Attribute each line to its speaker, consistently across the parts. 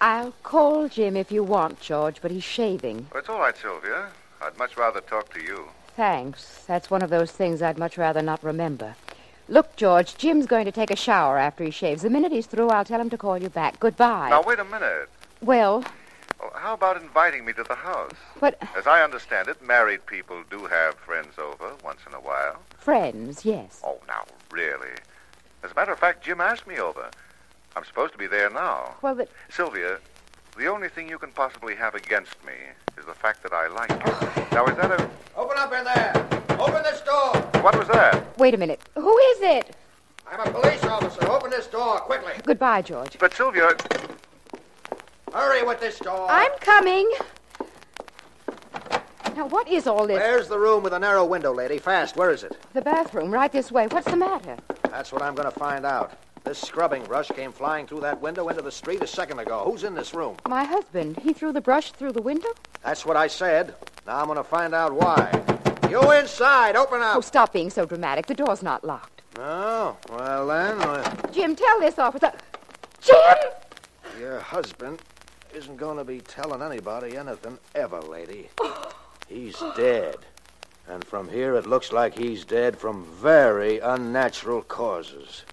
Speaker 1: I'll call Jim if you want, George, but he's shaving.
Speaker 2: Well, it's all right, Sylvia. I'd much rather talk to you.
Speaker 1: Thanks. That's one of those things I'd much rather not remember. Look, George, Jim's going to take a shower after he shaves. The minute he's through, I'll tell him to call you back. Goodbye.
Speaker 2: Now, wait a minute.
Speaker 1: Well,
Speaker 2: Oh, How about inviting me to the house?
Speaker 1: but
Speaker 2: As I understand it, married people do have friends over once in a while.
Speaker 1: friends, yes.
Speaker 2: Oh, now, really. As a matter of fact, Jim asked me over. I'm supposed to be there now.
Speaker 1: Well, but
Speaker 2: Sylvia, the only thing you can possibly have against me is the fact that I like you. Now, is that a.
Speaker 3: Open up in there. Open this door.
Speaker 2: What was that?
Speaker 1: wait a minute. Who is it?
Speaker 3: I'm a police officer. Open this door quickly.
Speaker 1: Goodbye, George.
Speaker 2: But, Sylvia.
Speaker 3: Hurry with this door.
Speaker 1: I'm coming. Now, what is all this?
Speaker 3: There's the room with the narrow window, lady. Fast. Where is it?
Speaker 1: The bathroom, right this way. What's the matter?
Speaker 3: That's what I'm going to find out. This scrubbing brush came flying through that window into the street a second ago. Who's in this room?
Speaker 1: My husband. He threw the brush through the window?
Speaker 3: That's what I said. Now I'm going to find out why. You inside. Open
Speaker 1: Oh,
Speaker 3: up.
Speaker 1: stop being so dramatic. The door's not locked.
Speaker 3: Oh, well then, uh,
Speaker 1: Jim, tell this officer. Jim!
Speaker 3: your husband isn't going to be telling anybody anything ever, lady. He's dead. And from here, it looks like he's dead from very unnatural causes.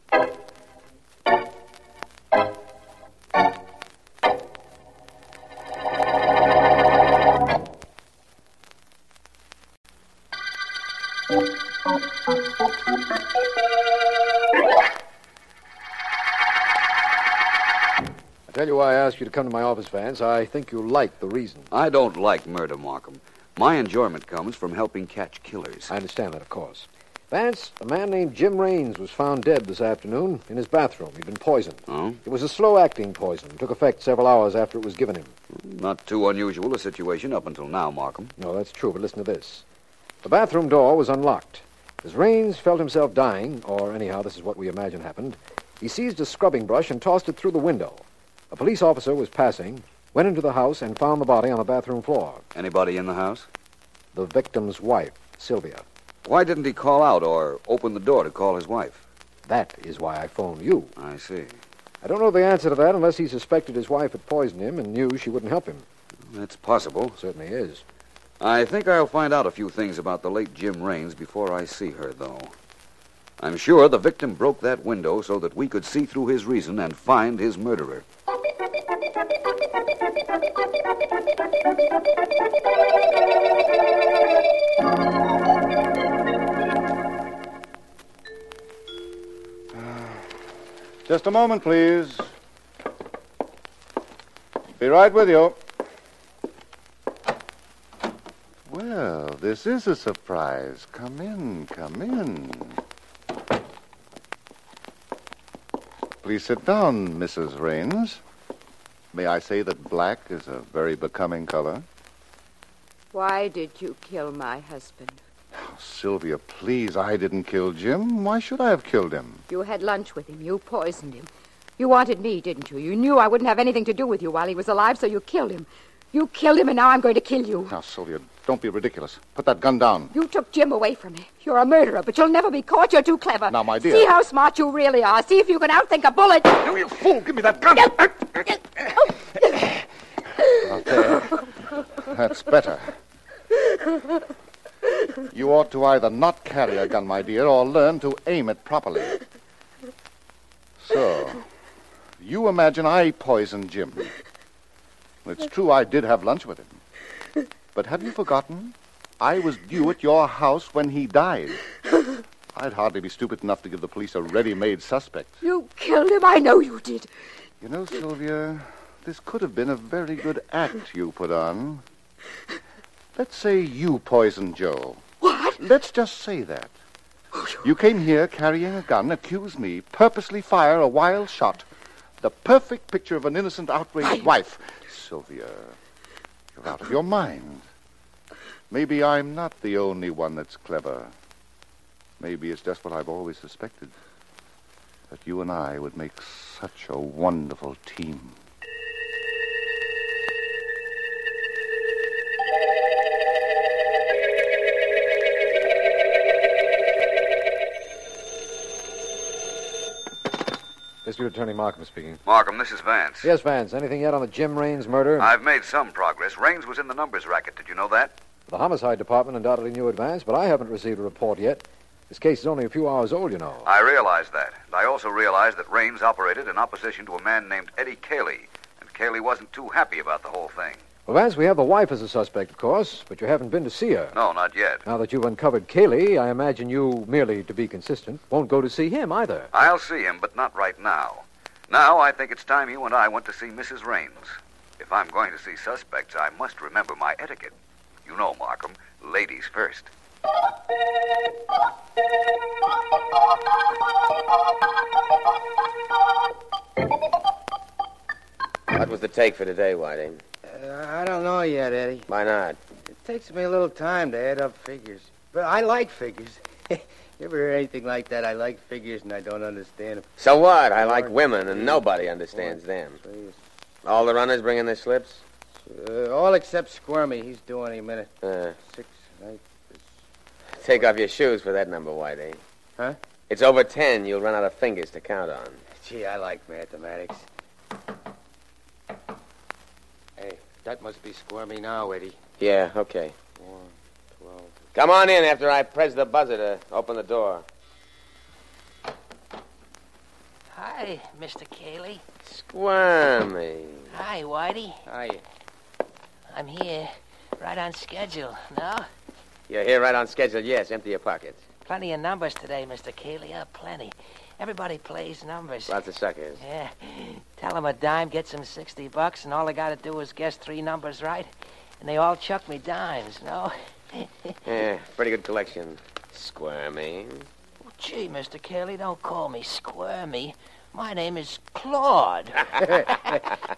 Speaker 4: I tell you why I asked you to come to my office, Vance. I think you like the reason.
Speaker 5: I don't like murder, Markham. My enjoyment comes from helping catch killers.
Speaker 4: I understand that, of course. Vance, a man named Jim Raines was found dead this afternoon in his bathroom. He'd been poisoned.
Speaker 5: Oh?
Speaker 4: It was a slow-acting poison. Took effect several hours after it was given him.
Speaker 5: Not too unusual a situation up until now, Markham.
Speaker 4: No, that's true, but listen to this. The bathroom door was unlocked. As Raines felt himself dying, or anyhow, this is what we imagine happened, he seized a scrubbing brush and tossed it through the window. A police officer was passing, went into the house, and found the body on the bathroom floor.
Speaker 5: Anybody in the house?
Speaker 4: The victim's wife, Sylvia.
Speaker 5: Why didn't he call out or open the door to call his wife?
Speaker 4: That is why I phoned you.
Speaker 5: I see.
Speaker 4: I don't know the answer to that unless he suspected his wife had poisoned him and knew she wouldn't help him.
Speaker 5: That's possible.
Speaker 4: Certainly is.
Speaker 5: I think I'll find out a few things about the late Jim Raines before I see her, though. I'm sure the victim broke that window so that we could see through his reason and find his murderer.
Speaker 6: Just a moment, please. Be right with you.
Speaker 2: Well, this is a surprise. Come in, come in. Please sit down, Mrs. Raines. May I say that black is a very becoming color?
Speaker 1: Why did you kill my husband?
Speaker 2: Oh, Sylvia, please, I didn't kill Jim. Why should I have killed him?
Speaker 1: You had lunch with him. You poisoned him. You wanted me, didn't you? You knew I wouldn't have anything to do with you while he was alive, so you killed him. You killed him, and now I'm going to kill you.
Speaker 2: Now, Sylvia, don't be ridiculous. Put that gun down.
Speaker 1: You took Jim away from me. You're a murderer, but you'll never be caught. You're too clever.
Speaker 2: Now, my dear-
Speaker 1: See how smart you really are. See if you can outthink a bullet.
Speaker 2: You, you fool! Give me that gun! Not there. That's better. You ought to either not carry a gun, my dear, or learn to aim it properly. So, you imagine I poisoned Jim. It's true I did have lunch with him. But have you forgotten? I was due at your house when he died. I'd hardly be stupid enough to give the police a ready-made suspect.
Speaker 1: You killed him. I know you did.
Speaker 2: You know, Sylvia, this could have been a very good act you put on. Let's say you poisoned Joe.
Speaker 1: What?
Speaker 2: Let's just say that. You came here carrying a gun, accuse me, purposely fire a wild shot. The perfect picture of an innocent, outraged wife. Sylvia, you're out of your mind. Maybe I'm not the only one that's clever. Maybe it's just what I've always suspected that you and I would make such a wonderful team.
Speaker 4: District Attorney Markham speaking.
Speaker 5: Markham, this is Vance.
Speaker 4: Yes, Vance. Anything yet on the Jim Raines murder?
Speaker 5: I've made some progress. Raines was in the numbers racket. Did you know that?
Speaker 4: The homicide department undoubtedly knew advance, but I haven't received a report yet. This case is only a few hours old, you know.
Speaker 5: I realized that. And I also realized that Raines operated in opposition to a man named Eddie Cayley. And Cayley wasn't too happy about the whole thing.
Speaker 4: Well, Vance, we have the wife as a suspect, of course, but you haven't been to see her.
Speaker 5: No, not yet.
Speaker 4: Now that you've uncovered Cayley, I imagine you, merely to be consistent, won't go to see him either.
Speaker 5: I'll see him, but not right now. Now I think it's time you and I went to see Mrs. Raines. If I'm going to see suspects, I must remember my etiquette. You know, Markham, ladies first.
Speaker 7: What was the take for today, Whiting?
Speaker 8: Uh, I don't know yet, Eddie.
Speaker 7: Why not?
Speaker 8: It takes me a little time to add up figures. But I like figures. you ever hear anything like that? I like figures and I don't understand them.
Speaker 7: So what? I like women, and nobody understands them.
Speaker 8: Please.
Speaker 7: All the runners bringing their slips?
Speaker 8: Uh, all except Squirmy. He's due any minute.
Speaker 7: Uh,
Speaker 8: Six, eight.
Speaker 7: take off your shoes for that number, Whiting.
Speaker 8: Huh?
Speaker 7: It's over ten. You'll run out of fingers to count on.
Speaker 8: Gee, I like mathematics. Hey, that must be Squirmy now, Eddie.
Speaker 7: Yeah, okay.
Speaker 8: Four, twelve.
Speaker 7: Come on in after I press the buzzer to open the door.
Speaker 9: Hi, Mr. Cayley.
Speaker 7: Squirmy.
Speaker 9: Hi, Whitey.
Speaker 8: Hi.
Speaker 9: I'm here, right on schedule. No?
Speaker 7: You're here right on schedule. Yes, empty your pockets.
Speaker 9: Plenty of numbers today, Mr. Cayley. Oh, plenty. Everybody plays numbers.
Speaker 7: Lots of suckers.
Speaker 9: Yeah. Tell 'em a dime gets 'em 60 bucks, and all I gotta do is guess three numbers right, and they all chuck me dimes, no?
Speaker 7: Yeah, Eh, pretty good collection. Squirmy.
Speaker 9: Well, gee, Mr. Cayley, don't call me squirmy. My name is Claude.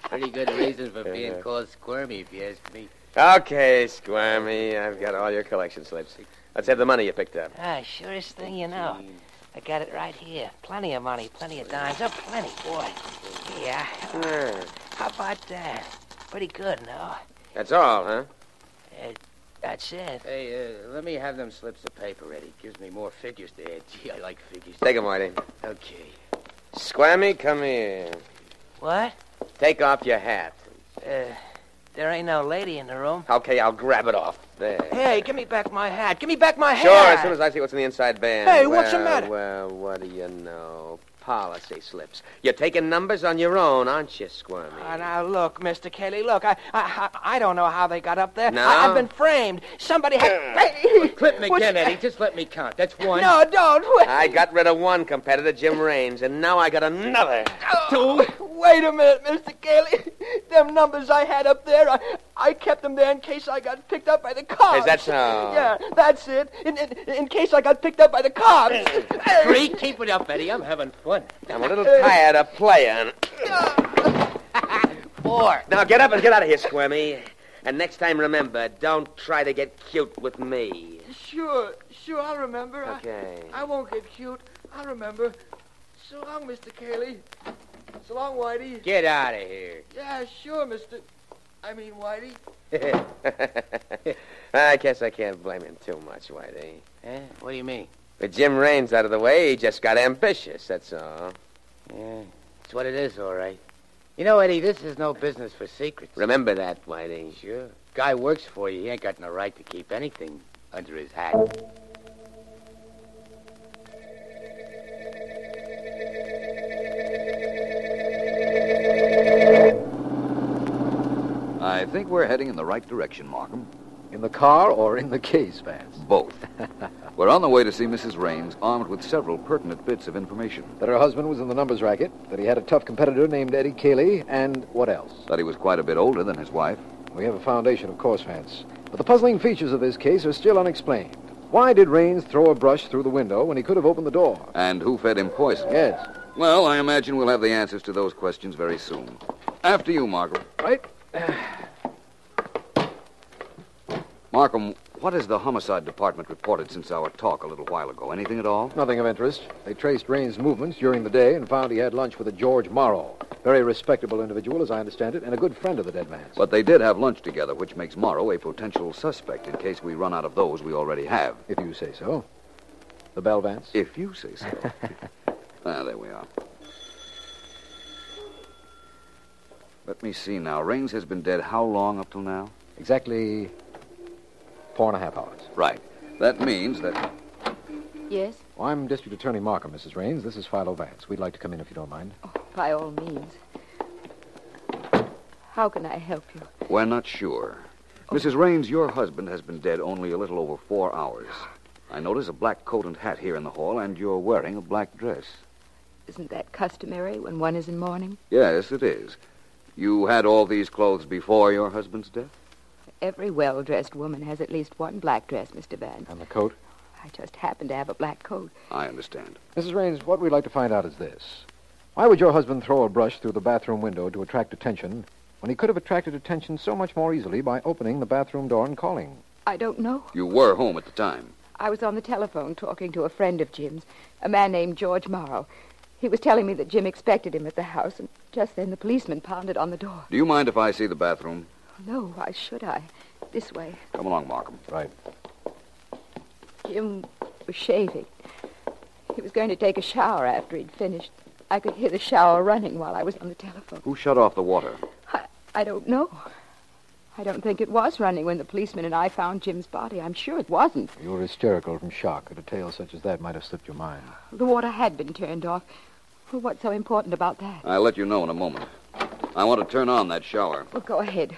Speaker 8: Pretty good reason for being called Squirmy, if you ask me.
Speaker 7: Okay, Squirmy. I've got all your collection slips. Let's have the money you picked up.
Speaker 9: ah, surest thing you know. I got it right here. Plenty of money, plenty of dimes. Oh, plenty, boy. Yeah.
Speaker 7: Yeah,
Speaker 9: How about that? Pretty good, no?
Speaker 7: That's all, huh?
Speaker 9: That's it.
Speaker 8: Hey, uh, let me have them slips of paper, Eddie. Gives me more figures to add. Gee, I like figures.
Speaker 7: Take 'em, Whitey.
Speaker 8: Okay.
Speaker 7: Squammy, come here.
Speaker 9: What?
Speaker 7: Take off your hat.
Speaker 9: Uh, there ain't no lady in the room.
Speaker 7: Okay, I'll grab it off. There.
Speaker 9: Hey, give me back my hat. Give me back my
Speaker 7: Sure,
Speaker 9: hat.
Speaker 7: as soon as I see what's in the inside band.
Speaker 9: Hey, what's the
Speaker 7: Well,
Speaker 9: matter?
Speaker 7: Well, what do you know? Policy slips. You're taking numbers on your own, aren't you, Squirmy?
Speaker 9: Oh, now look, Mr. Kelly. Look, I, I, I I don't know how they got up there.
Speaker 7: No?
Speaker 9: I, have been framed. Somebody had. Hey,
Speaker 8: Clip me
Speaker 9: what's-
Speaker 8: again, Eddie. Just let me count. That's one.
Speaker 9: No, don't wait.
Speaker 7: I got rid of one competitor, Jim Raines, and now I got another.
Speaker 9: Oh, Wait a minute, Mr. Kelly. Them numbers I had up there, I, I kept them there in case I got picked up by the cops.
Speaker 7: Is that so?
Speaker 9: Yeah, that's it. In, in, in case I got picked up by the cops. Hey.
Speaker 8: Three. Keep it up, Eddie. I'm having fun.
Speaker 7: I'm a little tired of playing.
Speaker 9: uh,
Speaker 8: Four.
Speaker 7: Now get up and get out of here, Squirmy. And next time, remember, don't try to get cute with me.
Speaker 9: Sure, sure, I remember. I-
Speaker 7: Okay.
Speaker 9: I, won't get cute. I remember. So long, Mr. Cayley. So long, Whitey.
Speaker 8: Get out of here.
Speaker 9: Yeah, sure, Mr. I mean, Whitey.
Speaker 7: I guess I can't blame him too much, Whitey.
Speaker 8: Eh? What do you mean?
Speaker 7: With Jim Raines out of the way, he just got ambitious, that's all.
Speaker 8: Yeah. It's what it is, all right. You know, Eddie, this is no business for secrets.
Speaker 7: Remember that, Whitey.
Speaker 8: Sure. Guy works for you. He ain't got no right to keep anything under his hat.
Speaker 5: I think we're heading in the right direction, Markham.
Speaker 4: In the car or in the case, Vance?
Speaker 5: Both. we're on the way to see Mrs. Raines, armed with several pertinent bits of information.
Speaker 4: That her husband was in the numbers racket, that he had a tough competitor named Eddie Cayley, and what else?
Speaker 5: That he was quite a bit older than his wife.
Speaker 4: We have a foundation, of course, Vance. But the puzzling features of this case are still unexplained. Why did Raines throw a brush through the window when he could have opened the door?
Speaker 5: And who fed him poison?
Speaker 4: Yes.
Speaker 5: Well, I imagine we'll have the answers to those questions very soon. After you, Markham.
Speaker 4: Right?
Speaker 5: Markham, What has the homicide department reported since our talk a little while ago? Anything at all?
Speaker 4: Nothing of interest. They traced Rain's movements during the day and found he had lunch with a George Morrow. Very respectable individual, as I understand it, and a good friend of the dead man's.
Speaker 5: But they did have lunch together, which makes Morrow a potential suspect in case we run out of those we already have.
Speaker 4: If you say so. The bell, Vance?
Speaker 5: If you say so. ah, there we are. Let me see now. Rains has been dead how long up till now?
Speaker 4: Exactly four and a half hours.
Speaker 5: Right. That means that.
Speaker 1: Yes,
Speaker 4: Well, I'm District Attorney Markham, Mrs. Raines. This is Philo Vance. We'd like to come in if you don't mind.
Speaker 1: by all means. How can I help you?
Speaker 5: We're not sure. Mrs. Raines, your husband has been dead only a little over four hours. I notice a black coat and hat here in the hall, and you're wearing a black dress.
Speaker 1: Isn't that customary when one is in mourning?
Speaker 5: Yes, it is. You had all these clothes before your husband's death?
Speaker 1: Every well dressed woman has at least one black dress, Mr. Vance.
Speaker 4: And the coat?
Speaker 1: I just happen to have a black coat.
Speaker 5: I understand.
Speaker 4: Mrs. Raines, what we'd like to find out is this. Why would your husband throw a brush through the bathroom window to attract attention when he could have attracted attention so much more easily by opening the bathroom door and calling?
Speaker 1: I don't know.
Speaker 5: You were home at the time.
Speaker 1: I was on the telephone talking to a friend of Jim's, a man named George Morrow. He was telling me that Jim expected him at the house, and just then the policeman pounded on the door.
Speaker 5: Do you mind if I see the bathroom?
Speaker 1: No, why should I? This way.
Speaker 5: Come along, Markham.
Speaker 4: Right.
Speaker 1: Jim was shaving. He was going to take a shower after he'd finished. I could hear the shower running while I was on the telephone.
Speaker 5: Who shut off the water?
Speaker 1: I don't know. I don't think it was running when the policeman and I found Jim's body. I'm sure it wasn't.
Speaker 4: You were hysterical from shock. A tale such as that might have slipped your mind.
Speaker 1: The water had been turned off. Well, what's so important about that?
Speaker 5: I'll let you know in a moment. I want to turn on that shower.
Speaker 1: Well, go ahead.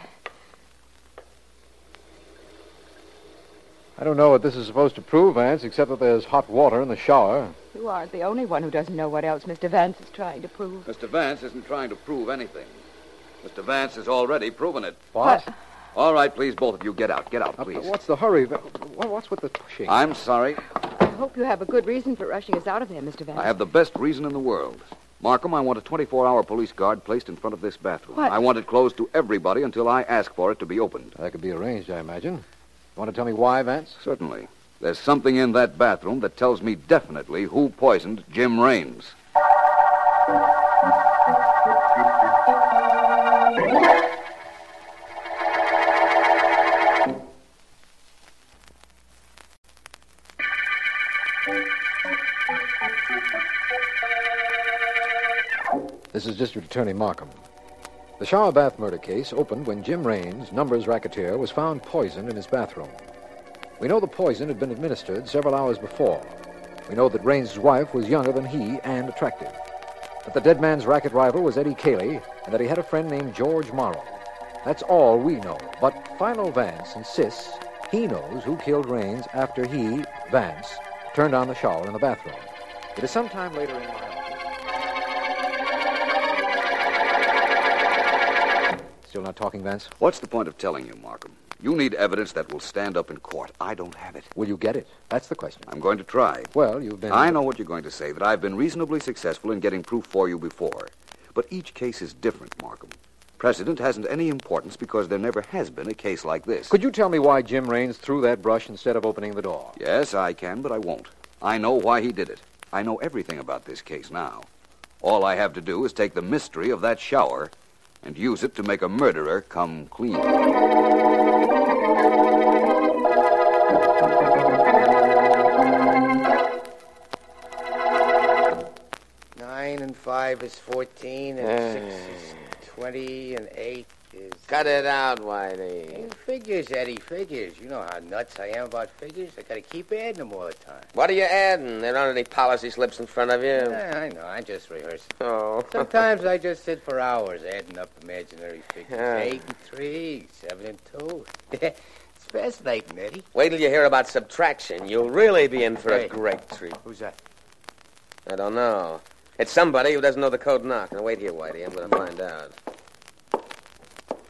Speaker 4: I don't know what this is supposed to prove, Vance, except that there's hot water in the shower.
Speaker 1: You aren't the only one who doesn't know what else Mr. Vance is trying to prove.
Speaker 5: Mr. Vance isn't trying to prove anything. Mr. Vance has already proven it.
Speaker 4: What?
Speaker 5: All right, please, both of you, get out. Get out,
Speaker 4: Up-
Speaker 5: please.
Speaker 4: What's the Uh, hurry? Va- wha- What's with the pushing?
Speaker 5: I'm sorry.
Speaker 1: I hope you have a good reason for rushing us out of there, Mr. Vance.
Speaker 5: I have the best reason in the world. Markham, I want a 24 hour police guard placed in front of this bathroom.
Speaker 1: What?
Speaker 5: I want it closed to everybody until I ask for it to be opened.
Speaker 4: That could be arranged, I imagine. You want to tell me why, Vance?
Speaker 5: Certainly. There's something in that bathroom that tells me definitely who poisoned Jim Raines.
Speaker 4: This is District Attorney Markham. The shower bath murder case opened when Jim Raines, numbers racketeer, was found poisoned in his bathroom. We know the poison had been administered several hours before. We know that Raines' wife was younger than he and attractive. That the dead man's racket rival was Eddie Cayley, and that he had a friend named George Morrow. That's all we know. But Philo Vance insists he knows who killed Raines after he, Vance, turned on the shower in the bathroom. It is sometime later in my office. Still not talking, Vance?
Speaker 5: What's the point of telling you, Markham? You need evidence that will stand up in court. I don't have it.
Speaker 4: Will you get it? That's the question.
Speaker 5: I'm going to try.
Speaker 4: Well, you've been.
Speaker 5: I know what you're going to say, that I've been reasonably successful in getting proof for you before. But each case is different, Markham. Precedent hasn't any importance because there never has been a case like this.
Speaker 4: Could you tell me why Jim Raines threw that brush instead of opening the door?
Speaker 5: Yes, I can, but I won't. I know why he did it. I know everything about this case now. All I have to do is take the mystery of that shower and use it to make a murderer come clean.
Speaker 8: Nine and five is 14, and
Speaker 7: Eh.
Speaker 8: six is 20, and eight is.
Speaker 7: Cut it out,
Speaker 8: Hey,
Speaker 7: Whitey.
Speaker 8: Figures, Eddie, figures. You know how nuts I am about figures. I gotta keep adding them all the time.
Speaker 7: What are you adding? There aren't any policy slips in front of you.
Speaker 8: Yeah, Eh, I know, I just rehearse.
Speaker 7: Oh.
Speaker 8: Sometimes I just sit for hours adding up imaginary figures.
Speaker 7: Yeah.
Speaker 8: Eight and three, seven and two. it's fascinating, Eddie.
Speaker 7: Wait till you hear about subtraction. You'll really be in for a
Speaker 8: Hey.
Speaker 7: great treat.
Speaker 8: Who's that?
Speaker 7: I don't know. It's somebody who doesn't know the code knock. Now, wait here, Whitey. I'm going to find out.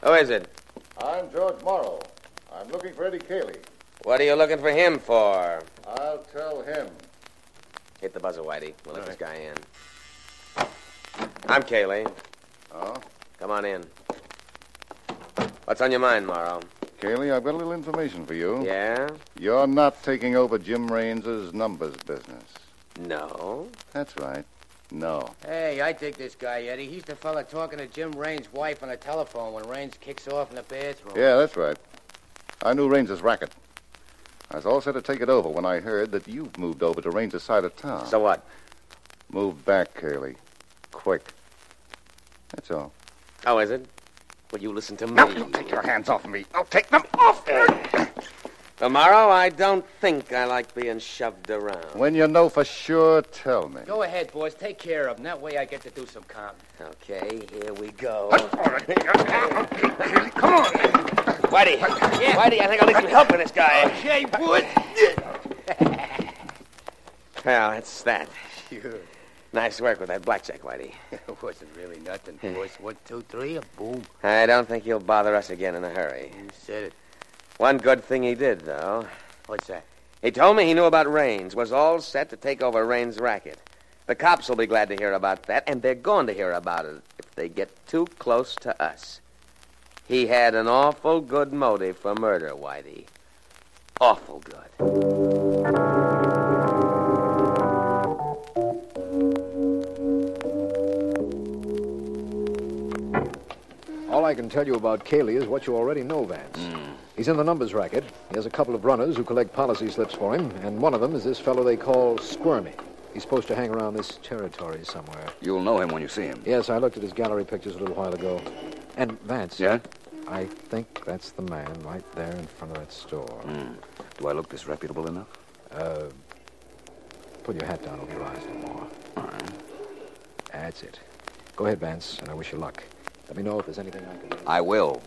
Speaker 7: Who is it?
Speaker 6: I'm George Morrow. I'm looking for Eddie Cayley.
Speaker 7: What are you looking for him for?
Speaker 6: I'll tell him.
Speaker 7: Hit the buzzer, Whitey. We'll let this guy in. I'm Kaylee.
Speaker 6: Oh?
Speaker 7: Come on in. What's on your mind, Morrow?
Speaker 2: Cayley, I've got a little information for you.
Speaker 7: Yeah?
Speaker 2: You're not taking over Jim Raines's numbers business.
Speaker 7: No.
Speaker 2: That's right. No.
Speaker 8: Hey, I dig this guy, Eddie. He's the fella talking to Jim Rain's wife on the telephone when Rain's kicks off in the bathroom.
Speaker 2: Yeah, that's right. I knew Raines's racket. I was all set to take it over when I heard that you've moved over to Raines's side of town.
Speaker 7: So what?
Speaker 2: Move back, Cayley. Quick. That's all.
Speaker 7: How is it? Will you listen to me?
Speaker 2: your hands off me. I'll take them off.
Speaker 7: Tomorrow, I don't think I like being shoved around.
Speaker 2: When you know for sure, tell me.
Speaker 8: Go ahead, boys. Take care of him. That way I get to do some counting.
Speaker 7: Okay, here we go.
Speaker 2: Come on.
Speaker 7: Whitey, Whitey, I think I'll need some help with this guy.
Speaker 8: Hey, boys!
Speaker 7: Well, that's that. Nice work with that blackjack, Whitey.
Speaker 8: it wasn't really nothing, boys. One, two, three, and boom.
Speaker 7: I don't think he'll bother us again in a hurry.
Speaker 8: You said it.
Speaker 7: One good thing he did, though.
Speaker 8: What's that?
Speaker 7: He told me he knew about Raines, was all set to take over Raines' racket. The cops will be glad to hear about that, and they're going to hear about it if they get too close to us. He had an awful good motive for murder, Whitey. Awful good.
Speaker 4: All I can tell you about Cayley is what you already know, Vance.
Speaker 5: Hmm.
Speaker 4: He's in the numbers racket. He has a couple of runners who collect policy slips for him, and one of them is this fellow they call Squirmy. He's supposed to hang around this territory somewhere.
Speaker 5: You'll know him when you see him.
Speaker 4: Yes, I looked at his gallery pictures a little while ago. And Vance.
Speaker 5: Yeah?
Speaker 4: I think that's the man right there in front of that store.
Speaker 5: Hmm. Do I look disreputable enough?
Speaker 4: Put your hat down over your eyes no more. That's it. Go ahead, Vance, and I wish you luck. Let me know if there's anything I can do.
Speaker 5: I will.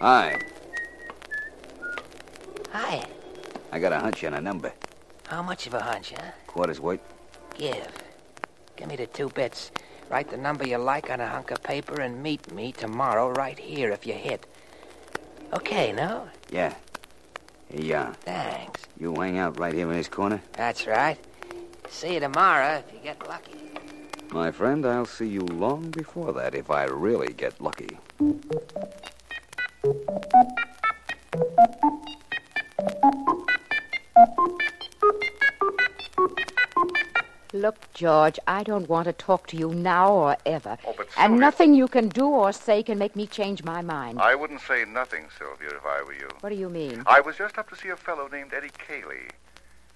Speaker 5: Hi.
Speaker 10: Hi.
Speaker 5: I got a hunch and a number.
Speaker 10: How much of a hunch, huh?
Speaker 5: Quarters weight.
Speaker 10: Give. Give me the two bits. Write the number you like on a hunk of paper and meet me tomorrow right here if you hit. Okay, no?
Speaker 5: Yeah. Yeah.
Speaker 10: Thanks.
Speaker 5: You hang out right here in this corner.
Speaker 10: That's right. See you tomorrow if you get lucky.
Speaker 5: My friend, I'll see you long before that if I really get lucky.
Speaker 1: Look, George, I don't want to talk to you now or ever.
Speaker 2: Oh, but
Speaker 1: and
Speaker 2: Sylvia-
Speaker 1: nothing you can do or say can make me change my mind.
Speaker 2: I wouldn't say nothing, Sylvia, if I were you.
Speaker 1: What do you mean?
Speaker 2: I was just up to see a fellow named Eddie Cayley.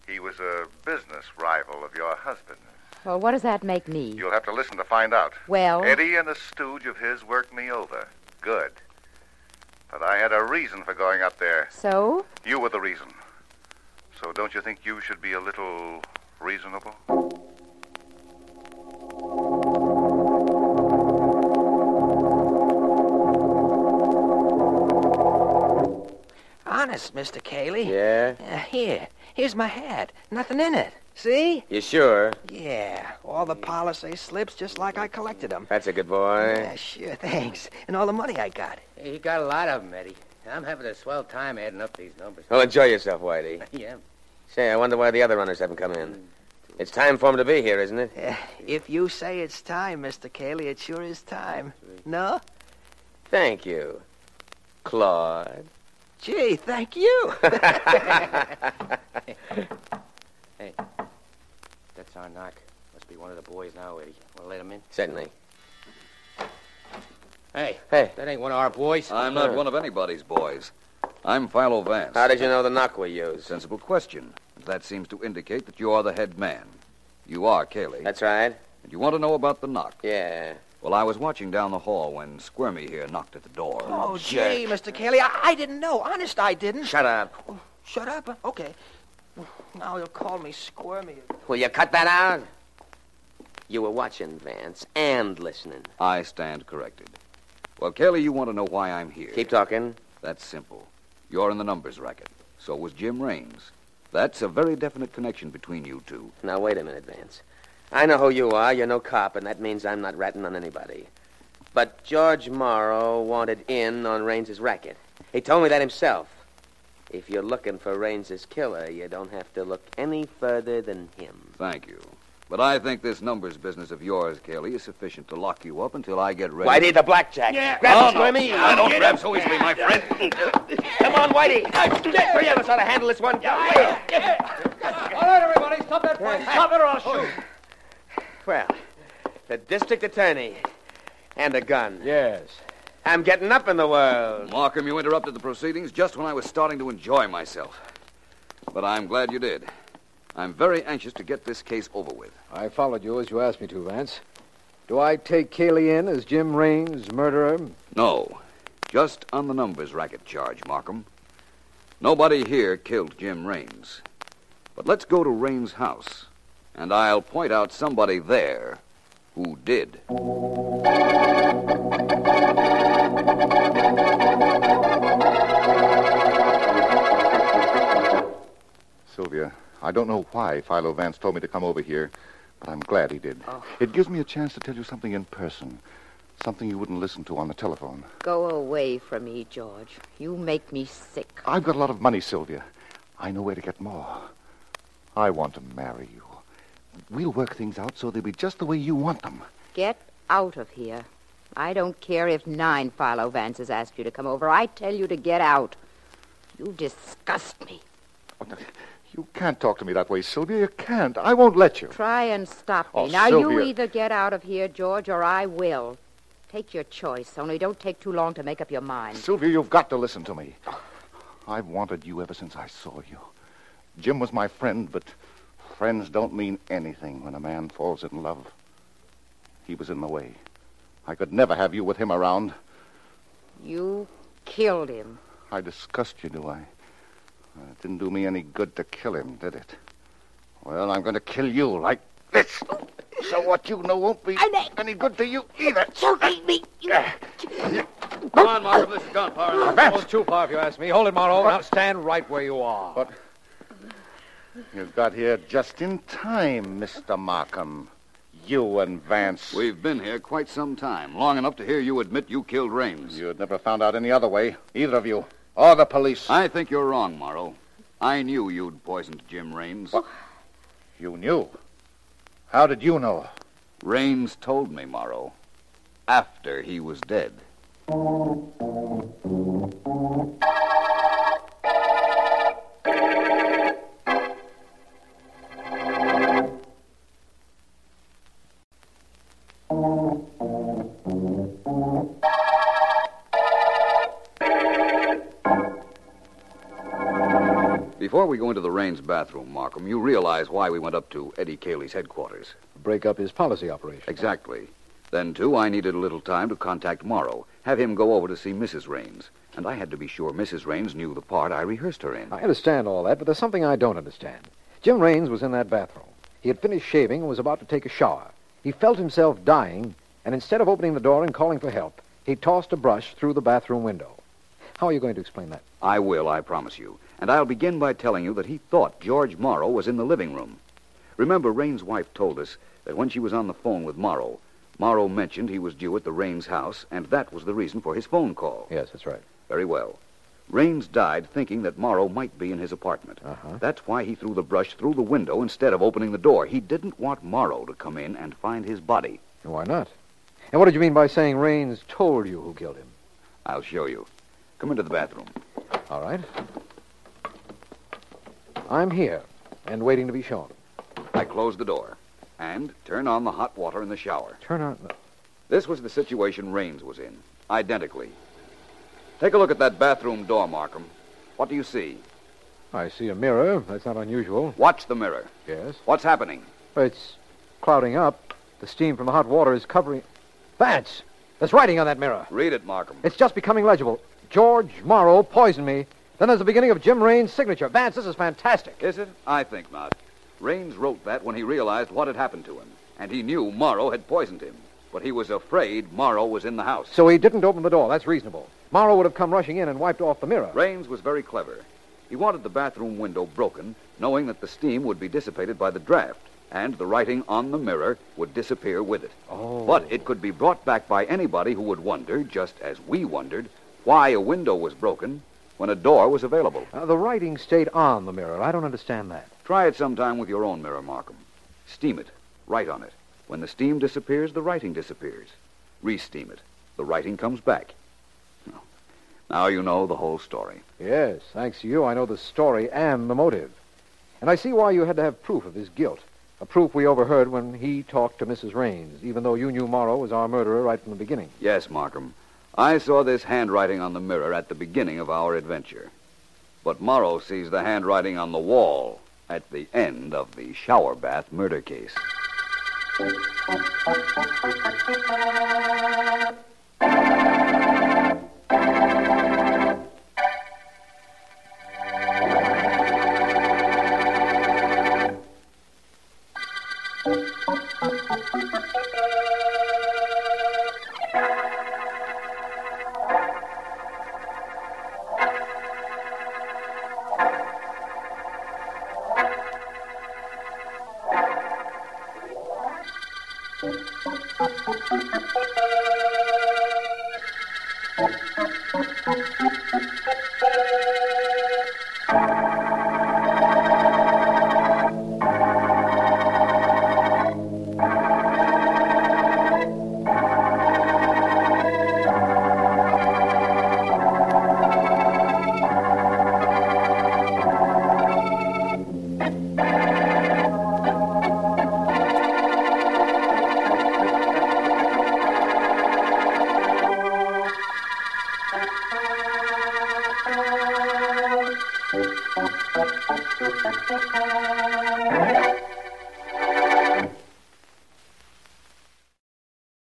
Speaker 2: He was a business rival of your husband.
Speaker 1: Well, what does that make me?
Speaker 2: You'll have to listen to find out.
Speaker 1: Well,
Speaker 2: Eddie and a stooge of his worked me over. Good. But I had a reason for going up there.
Speaker 1: so?
Speaker 2: You were the reason. So don't you think you should be a little reasonable?
Speaker 10: Honest, Mr. Cayley.
Speaker 7: Yeah?
Speaker 10: Uh, here. Here's my hat. Nothing in it. See?
Speaker 7: You sure?
Speaker 10: Yeah. All the policy slips just like I collected them.
Speaker 7: That's a good boy.
Speaker 10: Yeah, sure, thanks. And all the money I got.
Speaker 8: Hey, you got a lot of them, Eddie. I'm having a swell time adding up these numbers.
Speaker 7: Well, enjoy yourself, Whitey.
Speaker 8: yeah.
Speaker 7: Say, I wonder why the other runners haven't come in. It's time for 'em to be here, isn't it?
Speaker 10: Uh, if you say it's time, Mr. Cayley, it sure is time. No?
Speaker 7: Thank you, Claude.
Speaker 10: Gee, thank you.
Speaker 8: That's our knock. Must be one of the boys now, Eddie. Want to let him in?
Speaker 7: Certainly.
Speaker 8: Hey,
Speaker 7: Hey,
Speaker 8: that ain't one of our boys.
Speaker 5: I'm not one of anybody's boys. I'm Philo Vance.
Speaker 7: how did you know the knock we used?
Speaker 5: Sensible question. That seems to indicate that you are the head man. You are Cayley.
Speaker 7: That's right.
Speaker 5: And you want to know about the knock.
Speaker 7: Yeah.
Speaker 5: Well, I was watching down the hall when Squirmy here knocked at the door.
Speaker 10: oh, gee, Mr. Cayley, I, I didn't know. Honest, I didn't. Oh,
Speaker 7: Shut up.
Speaker 10: Shut up. Okay. Now you'll call me squirmy.
Speaker 7: Will you cut that out? You were watching, Vance, and listening.
Speaker 5: I stand corrected. Well, Cayley, you want to know why I'm here.
Speaker 7: Keep talking.
Speaker 5: That's simple. You're in the numbers racket. So was Jim Raines. That's a very definite connection between you two.
Speaker 7: Now, wait a minute, Vance. I know who you are. You're no cop, and that means I'm not ratting on anybody. But George Morrow wanted in on Raines's racket. He told me that himself. If you're looking for Raines's killer, you don't have to look any further than him.
Speaker 5: Thank you. But I think this numbers business of yours, Cayley, is sufficient to lock you up until I get ready.
Speaker 7: Whitey the blackjack.
Speaker 9: Yeah.
Speaker 7: Grab him,
Speaker 9: Oh, no.
Speaker 7: Slimmy.
Speaker 9: I don't Get grab him.
Speaker 7: so easily, my friend. Come on, Whitey. Three of us ought to handle this one guy.
Speaker 9: All right, everybody, stop that fight. Stop it or I'll shoot.
Speaker 7: Well, the district attorney and a gun.
Speaker 8: Yes.
Speaker 7: I'm getting up in the world.
Speaker 5: Markham, you interrupted the proceedings just when I was starting to enjoy myself. But I'm glad you did. I'm very anxious to get this case over with.
Speaker 4: I followed you as you asked me to, Vance. Do I take Cayley in as Jim Raines' murderer?
Speaker 5: No, just on the numbers racket charge, Markham. Nobody here killed Jim Raines. But let's go to Raines' house, and I'll point out somebody there who did.
Speaker 2: Sylvia, I don't know why Philo Vance told me to come over here, but I'm glad he did. It gives me a chance to tell you something in person, something you wouldn't listen to on the telephone.
Speaker 1: Go away from me, George. You make me sick.
Speaker 2: I've got a lot of money, Sylvia. I know where to get more. I want to marry you. We'll work things out so they'll be just the way you want them.
Speaker 1: Get out of here. I don't care if nine Philo Vances ask you to come over. I tell you to get out. You disgust me.
Speaker 2: Oh, You can't talk to me that way, Sylvia. You can't. I won't let you.
Speaker 1: Try and stop me.
Speaker 2: Oh,
Speaker 1: now, you
Speaker 2: Sylvia.
Speaker 1: either get out of here, George, or I will. Take your choice, only don't take too long to make up your mind.
Speaker 2: Sylvia, you've got to listen to me. I've wanted you ever since I saw you. Jim was my friend, but friends don't mean anything when a man falls in love. He was in the way. I could never have you with him around.
Speaker 1: You killed him.
Speaker 2: I discussed you, do I? Uh, It didn't do me any good to kill him, did it? Well, I'm going to kill you like this. So what you know won't be any good to you either. So me.
Speaker 4: Come on, Markham. This is gunpowder. Vance! too far, if you ask me. Hold it, Morrow. Now stand right where you are.
Speaker 2: But You got here just in time, Mr. Markham. You and Vance.
Speaker 5: We've been here quite some time, long enough to hear you admit you killed Rames.
Speaker 2: You'd never found out any other way, either of you, or the police.
Speaker 5: I think you're wrong, Morrow. I knew you'd poisoned Jim Rames.
Speaker 2: You knew? How did you know?
Speaker 5: Rames told me, Morrow, after he was dead. Before we go into the Raines bathroom, Markham, you realize why we went up to Eddie Cayley's headquarters.
Speaker 4: Break up his policy operation.
Speaker 5: Exactly. Then, too, I needed a little time to contact Morrow, have him go over to see Mrs. Raines. And I had to be sure Mrs. Raines knew the part I rehearsed her in.
Speaker 4: I understand all that, but there's something I don't understand. Jim Raines was in that bathroom. He had finished shaving and was about to take a shower. He felt himself dying, and instead of opening the door and calling for help, he tossed a brush through the bathroom window. How are you going to explain that?
Speaker 5: I will, I promise you. And I'll begin by telling you that he thought George Morrow was in the living room. Remember, Raines' wife told us that when she was on the phone with Morrow, Morrow mentioned he was due at the Raines house, and that was the reason for his phone call.
Speaker 4: Yes, that's right.
Speaker 5: Very well. Raines died thinking that Morrow might be in his apartment.
Speaker 4: Uh-huh.
Speaker 5: That's why he threw the brush through the window instead of opening the door. He didn't want Morrow to come in and find his body.
Speaker 4: Why not? And what did you mean by saying Raines told you who killed him?
Speaker 5: I'll show you. Come into the bathroom.
Speaker 4: All right. I'm here and waiting to be shown.
Speaker 5: I close the door and turn on the hot water in the shower.
Speaker 4: Turn on.
Speaker 5: This was the situation Raines was in, identically. Take a look at that bathroom door, Markham. What do you see?
Speaker 4: I see a mirror. That's not unusual.
Speaker 5: Watch the mirror.
Speaker 4: Yes.
Speaker 5: What's happening?
Speaker 4: It's clouding up. The steam from the hot water is covering. Vance! There's writing on that mirror.
Speaker 5: Read it, Markham.
Speaker 4: It's just becoming legible. George Morrow poisoned me. Then there's the beginning of Jim Raines' signature. Vance, this is fantastic.
Speaker 5: Is it? I think not. Raines wrote that when he realized what had happened to him, and he knew Morrow had poisoned him. But he was afraid Morrow was in the house.
Speaker 4: So he didn't open the door. That's reasonable. Morrow would have come rushing in and wiped off the mirror.
Speaker 5: Raines was very clever. He wanted the bathroom window broken, knowing that the steam would be dissipated by the draft, and the writing on the mirror would disappear with it.
Speaker 4: Oh.
Speaker 5: But it could be brought back by anybody who would wonder, just as we wondered, why a window was broken when a door was available.
Speaker 4: Uh, the writing stayed on the mirror. I don't understand that.
Speaker 5: Try it sometime with your own mirror, Markham. Steam it. Write on it. When the steam disappears, the writing disappears. Re-steam it. The writing comes back. Now you know the whole story.
Speaker 4: Yes, thanks to you, I know the story and the motive. And I see why you had to have proof of his guilt. A proof we overheard when he talked to Mrs. Raines, even though you knew Morrow was our murderer right from the beginning.
Speaker 5: Yes, Markham. I saw this handwriting on the mirror at the beginning of our adventure. But Morrow sees the handwriting on the wall at the end of the shower bath murder case.
Speaker 11: Thank you.